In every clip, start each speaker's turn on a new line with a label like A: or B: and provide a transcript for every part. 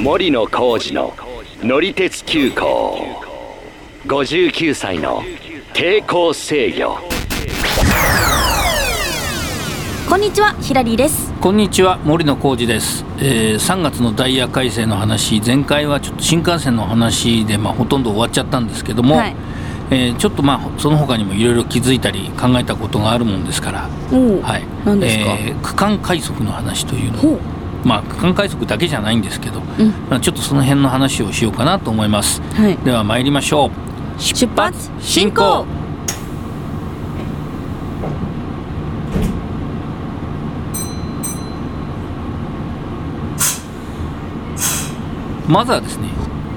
A: 森野浩二の乗り鉄急行59歳の抵抗制御
B: こんにちはヒラリーです
C: こんにちは森野浩二です、えー3月のダイヤ改正の話前回はちょっと新幹線の話で、まあ、ほとんど終わっちゃったんですけども、
B: はい
C: えーちょっとまあその他にもいろいろ気づいたり考えたことがあるもんですから、
B: おお、
C: はい
B: 何ですか、
C: えー区間快速の話というのを
B: ほう
C: まあ、区間快速だけじゃないんですけど、
B: うん
C: まあ、ちょっとその辺の話をしようかなと思います、
B: はい
C: では参りましょう
B: 出発
C: 進行まずはですね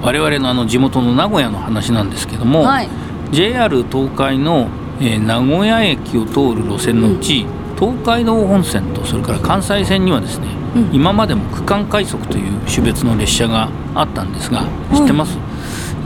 C: 我々のあの地元の名古屋の話なんですけども、
B: はい
C: JR 東海の、えー名古屋駅を通る路線のうち、東海道本線とそれから関西線にはですね、
B: うん
C: 今までも区間快速という種別の列車があったんですが
B: い
C: 知ってます、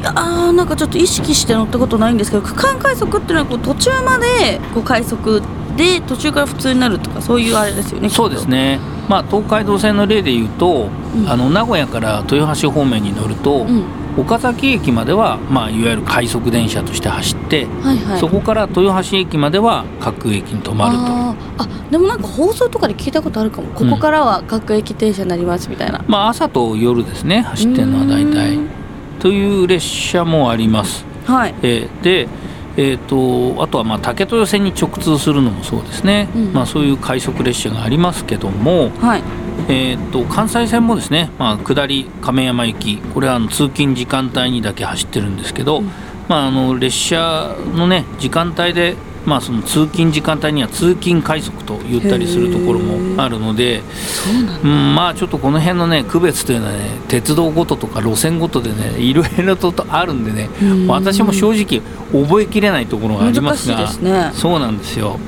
B: あーなんかちょっと意識して乗ったことないんですけど区間快速っていうのはこう途中までこう快速で途中から普通になるとかそういうあれですよね
C: そうです
B: ね
C: ね、まあ、東海道線の例で言うと、
B: うん
C: あの名古屋から豊橋方面に乗ると、
B: うん
C: 岡崎駅までは、まあ、いわゆる快速電車として走って、
B: はいはい
C: そこから豊橋駅までは各駅に止まると
B: あーあでもなんか放送とかで聞いたことあるかもここからは各駅停車になりますみたいな、
C: まあ、朝と夜ですね走ってるのは大体
B: うーん
C: という列車もあります、
B: はい
C: えーで、えー、とあとはまあ竹豊線に直通するのもそうですね、
B: うん
C: まあ、そういう快速列車がありますけども、
B: はい
C: えー、と関西線もですね、まあ、下り亀山行きこれはあの通勤時間帯にだけ走ってるんですけ
B: う
C: ど、
B: ん
C: まあ、あの列車のね時間帯で、まあ、その通勤時間帯には通勤快速と言ったりするところもあるので。
B: そうなんだ
C: うん、まあちょっとこの辺のね区別というのはね鉄道ごととか路線ごとでねいろいろとあるんでね
B: うん
C: 私も正直覚えきれないところがありますが
B: 難しいですね
C: そうなんですよ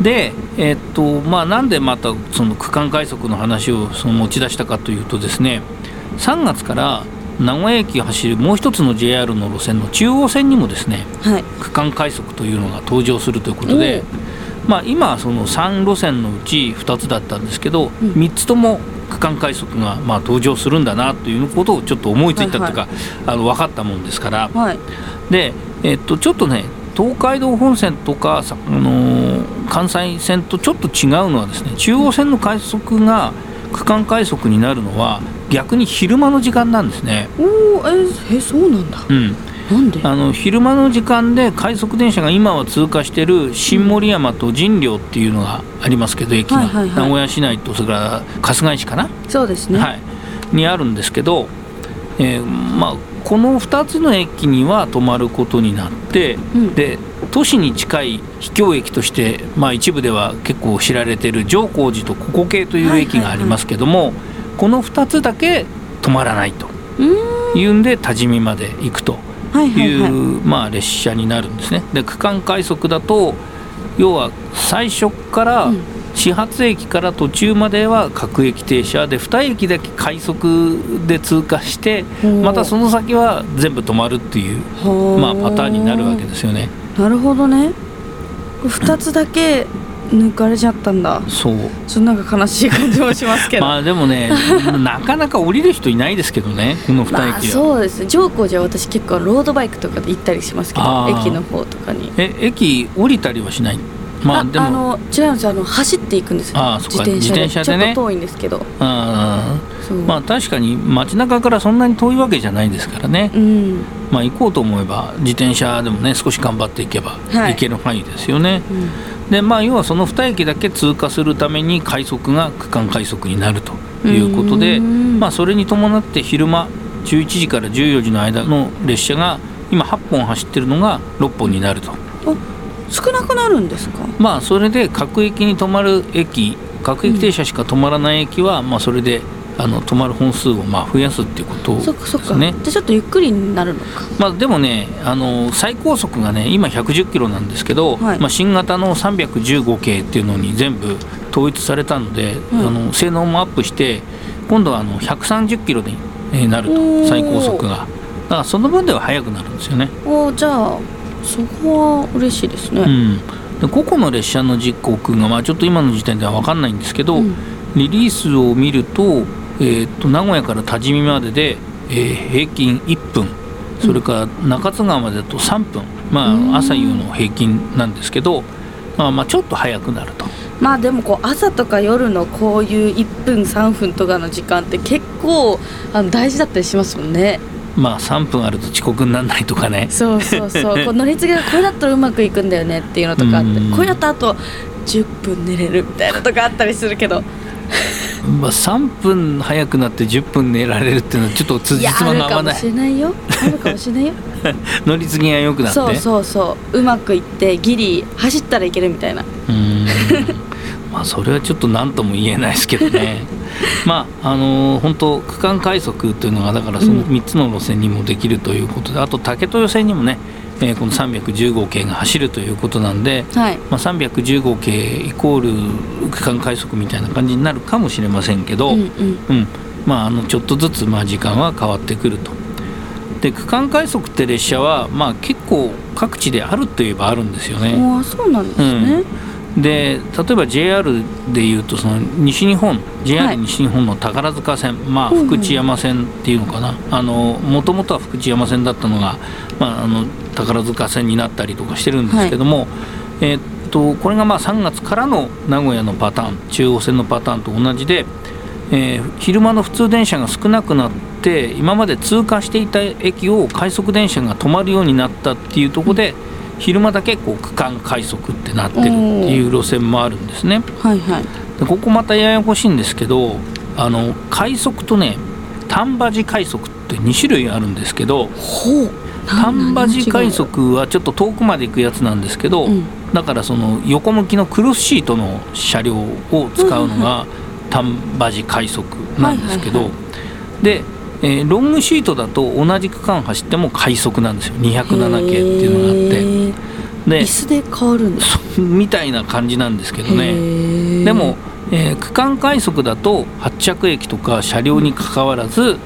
C: でえっとまあなんでまたその区間快速の話をその持ち出したかというとですね3月から名古屋駅を走るもう一つの JR の路線の中央線にもですね
B: はい
C: 区間快速というのが登場するということ
B: お
C: で
B: う、
C: まあ、今はその3路線のうち2つだったんですけ
B: う
C: ど、
B: ん
C: 3つとも区間快速がまあ登場するんだなということをちょっと思いついたというか、あの分かったもんですから
B: はい
C: で、えっと、ちょっとね東海道本線とか、さあのー関西線とちょっと違うのはですね中央線の快速が区間快速になるのは逆に昼間の時間なんですね。
B: おおえーえそうなんだ
C: うん、
B: なんで
C: あの昼間の時間で快速電車が今は通過してる新森山と神陵っていうのがありますけど駅が、
B: はいはいはい
C: 名古屋市内とそれから春日井市かな、
B: そうですね、
C: はい、にあるんですけど、えーまあ、この2つの駅には止まることになって、
B: うん
C: で都市に近い秘境駅として、まあ、一部では結構知られている上皇寺とここ系という駅がありますけども、この2つだけ止まらないと
B: うーん
C: いうんで多治見まで行くと。、
B: はいはいいうはい
C: まあ、列車になるんですねで区間快速だと要は最初から
B: うん
C: 始発駅から途中までは各駅停車で2駅だけ快速で通過して
B: ほう
C: またその先は全部止まるっていう、
B: は
C: まあ、パターンになるわけですよね。
B: なるほどね2つだけ抜かれちゃったんだ
C: そう
B: ちょっとなんか悲しい感じもしますけど、
C: まあで もねなかなか降りる人いないですけどねこの
B: ま
C: 2
B: あ
C: 駅は。
B: そうですね上皇寺は私結構ロードバイクとかで行ったりしますけど
C: あー
B: 駅の方とかに
C: え駅降りたりはしないまあでも
B: の違うんですよあの走っていくんですよ
C: あーそっ
B: 自
C: か
B: 転車で
C: 自転車でね
B: ちょっと遠いんですけど
C: うん
B: そう、
C: まあ確かに街中からそんなに遠いわけじゃないですからね、
B: うん
C: まあ、行こうと思えば自転車でもね少し頑張っていけば
B: はい
C: 行ける範囲ですよね、
B: うん
C: でまあ要はその2駅だけ通過するために快速が区間快速になるということで、
B: うん
C: まあ、それに伴って昼間11時から14時の間の列車が今8本走ってるのが6本になると
B: お少なくなるんですか
C: まあそれで各駅に止まる駅各駅停車しか止まらない駅は、まあそれであの止まる本数をまあ増やすっていうこと
B: そっかそっ
C: で
B: か、
C: すね。
B: じゃあちょっとゆっくりになるのか
C: まあ、でもねあの最高速がね今110キロなんですけど、
B: はい
C: まあ、新型の315系っていうのに全部統一されたので、
B: うん
C: あの性能もアップして今度はあの130キロにえーなる
B: お
C: と
B: ー
C: 最高速がだからその分では速くなるんですよね、
B: おじゃあそこは嬉しいですね、
C: うん、で個々の列車の時刻が、まあ、ちょっと今の時点では分かんないんですけど、
B: うん
C: リリースを見るとえー、と名古屋から多治見までで、えー平均1分それから中津川までだと3分、まあ、朝夕の平均なんですけど、まあ、まあちょっと早くなると。
B: まあでもこう朝とか夜のこういう1分3分とかの時間って結構あの大事だったりしますもんね
C: まあ3分あると遅刻にならないとかね
B: そうそう そうこう乗り継ぎがこれだったらうまくいくんだよねっていうのとかあって
C: うん
B: これだとあと10分寝れるみたいなとかあったりするけど
C: まあ、3分早くなって10分寝られるっていうのはちょっとつ
B: い
C: じ
B: や
C: つ
B: あ
C: ま
B: る
C: が合
B: か
C: わ
B: も
C: ない
B: しれないよあるかもしれ ないよ
C: 乗り継ぎが良くなって
B: そうそうそううまくいってギリ走ったらいけるみたいな
C: うーんまあそれはちょっと何とも言えないですけど ねまああのー本当区間快速というのがだからその
B: うん
C: 3つの路線にもできるということであと竹豊線にもね、えーこの315系が走るということなんで、
B: はい
C: まあ、315系イコール区間快速みたいな感じになるかもしれませんけど、
B: うんうん
C: うん、まああのちょっとずつまあ時間は変わってくると。で区間快速って列車はまあ結構各地であるといえばあるんですよね。
B: ああそうなんですね、
C: で例えば JR でいうとその西日本 JR
B: はい
C: 西日本の宝塚線、まあ
B: うんうん
C: 福知山線っていうのかなあのもともとは福知山線だったのが、まあ、あの宝塚線になったりとかしてるんですけども、えーっとこれがまあ3月からの名古屋のパターン中央線のパターンと同じで、えー昼間の普通電車が少なくなって今まで通過していた駅を快速電車が止まるようになったっていうところで、昼間だけこう区間快速ってなってるっていう路線もあるんですね。
B: はいはい
C: でここまたややこしいんですけどあの快速とね丹波寺快速って2種類あるんですけど
B: ほう
C: 丹波寺快
B: 速
C: 速はちょっと遠くまで行くやつなんですけど、
B: うん
C: だからその横向きのクロスシートの車両を使うのが丹波寺快速なんですけど、
B: はいは
C: で、えーロングシートだと同じ区間走っても快速なんですよ207系っていうのがあって。で
B: 椅子で変わるんです
C: そみたいな感じなんですけどね
B: ね
C: でも、えー区間快速だと発着駅とか車両にかかわらず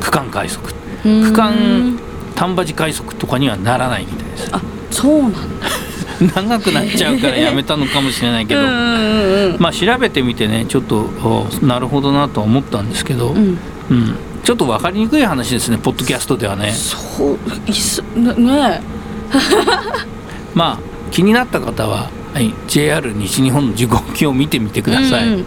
C: 区間快速
B: 区
C: 区間丹波寺快速とかにはならないみたいです
B: あそうなんだ
C: 長くなっちゃうからやめたのかもしれないけど
B: うんうんうん
C: まあ調べてみてねちょっとおなるほどなとは思ったんですけど、う
B: うんん
C: ちょっと分かりにくい話ですねポッドキャストではね
B: そう椅子ねね
C: まあ気になった方は、はい、JR 西日本の時刻表を見てみてください、
B: うんうん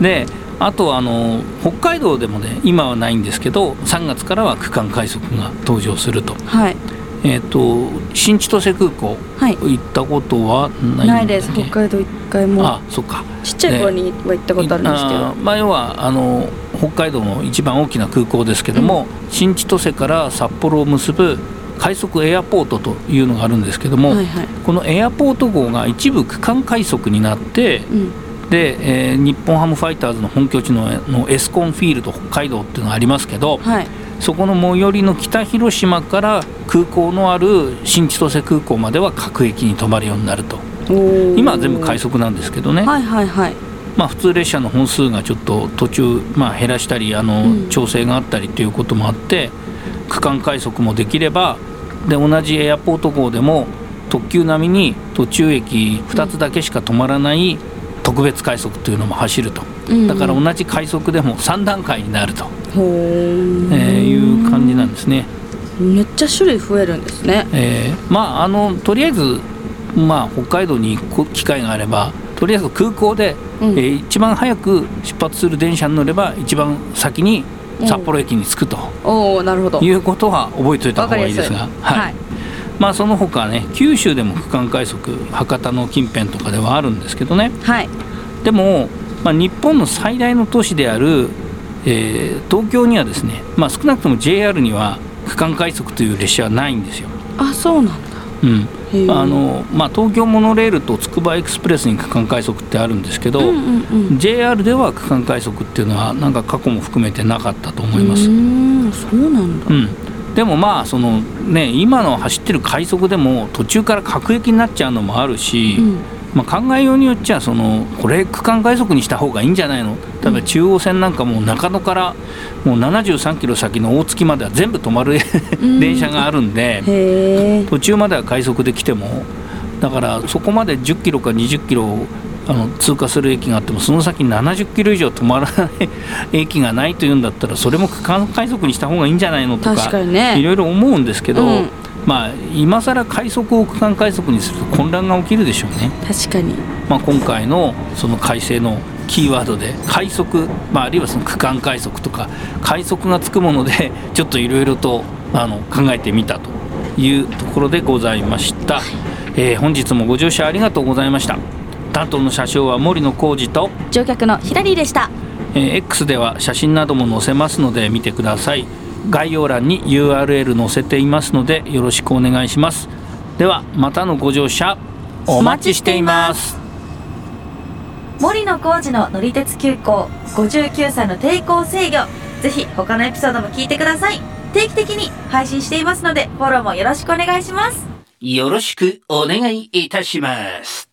C: であとあの北海道でもね今はないんですけど3月からは区間快速が登場すると,、
B: はい
C: えー、と新千歳空港
B: はい
C: 行ったことはないんだっけ
B: ないです北海道一回も
C: あそっか
B: ちっちゃい頃には行ったことあるんですけど
C: あーまあ、要はあの北海道の一番大きな空港ですけども、新千歳から札幌を結ぶ快速エアポートというのがあるんですけども、
B: はいはい
C: このエアポート号が一部区間快速になって、
B: うん
C: で、えー日本ハムファイターズの本拠地ののエスコンフィールド北海道っていうのがありますけど
B: はい
C: そこの最寄りの北広島から空港のある新千歳空港までは各駅に止まるようになると今は全部快
B: 速
C: 速なんですけどね、
B: はいはいはい
C: まあ、普通列車の本数がちょっと途中、まあ、減らしたりあの、
B: うん
C: 調整があったりということもあって区間快速もできればで同じエアポート号でも特急並みに途中駅2つだけしか止まらない特別快速というのも走ると。
B: うん
C: だから同じ快速でも3段階になると、
B: ほー
C: えーいう感じなんですね。
B: めっちゃ種類増えるんですね
C: えーまああのとりあえず、まあ、北海道に行く機会があればとりあえず空港で、
B: うん
C: えー一番早く出発する電車に乗れば一番先に札幌駅に着くと
B: おおなるほど
C: いうことは覚えておいた
B: わか
C: 方
B: りや
C: がいい
B: すい
C: ですが、はいまあ、その他ね九州でも区間快速博多の近辺とかではあるんですけどね
B: はい
C: でも、まあ、日本の最大の都市である、えー東京にはですね、まあ、少なくとも JR には区間快速という列車はないんですよ。
B: あそうなんだ
C: うん
B: へー
C: あのまあ、東京モノレールとつくばエクスプレスに区間快速ってあるんですけど、
B: うんうんうん
C: JR では区間快速っていうのはなんか過去も含めてなかったと思いま
B: う
C: す。
B: ーんそうなんだ
C: うんでもまあその、ね、今の走ってる快速でも途中から各駅になっちゃうのもあるし、
B: うん
C: まあ、考えようによっちゃそのこれ区間快速にした方がいいんじゃないの例えば中央線なんかもう中野からもう73キロ先の大月までは全部止まる
B: ん
C: 電車があるんで
B: へえ
C: 途中までは快速で来てもだからそこまで10キロか20キロあの通過する駅があってもその先70キロ以上止まらない 駅がないというんだったらそれも区間快速にした方がいいんじゃないのとか
B: 確かにね
C: いろいろ思うんですけど、
B: うん
C: まあ今更快速を区間快速にすると混乱が起きるでしょうね。
B: 確かに
C: まあ、今回のその改正のキーワードで快速、まあ、あるいはその区間快速とか快速がつくもので ちょっといろいろとあの考えてみたというところでございました、えー本日もご乗車ありがとうございました担当の車掌は森野浩二と、
B: 乗客のヒラリーでした
C: えー X では写真なども載せますので見てください概要欄に URL 載せていますのでよろしくお願いしますではまたのご乗車お待ちしています
B: 森野浩二の乗り鉄急行59歳の抵抗制御ぜひ他のエピソードも聞いてください定期的に配信していますのでフォローもよろしくお願いします
D: よろしくお願いいたします。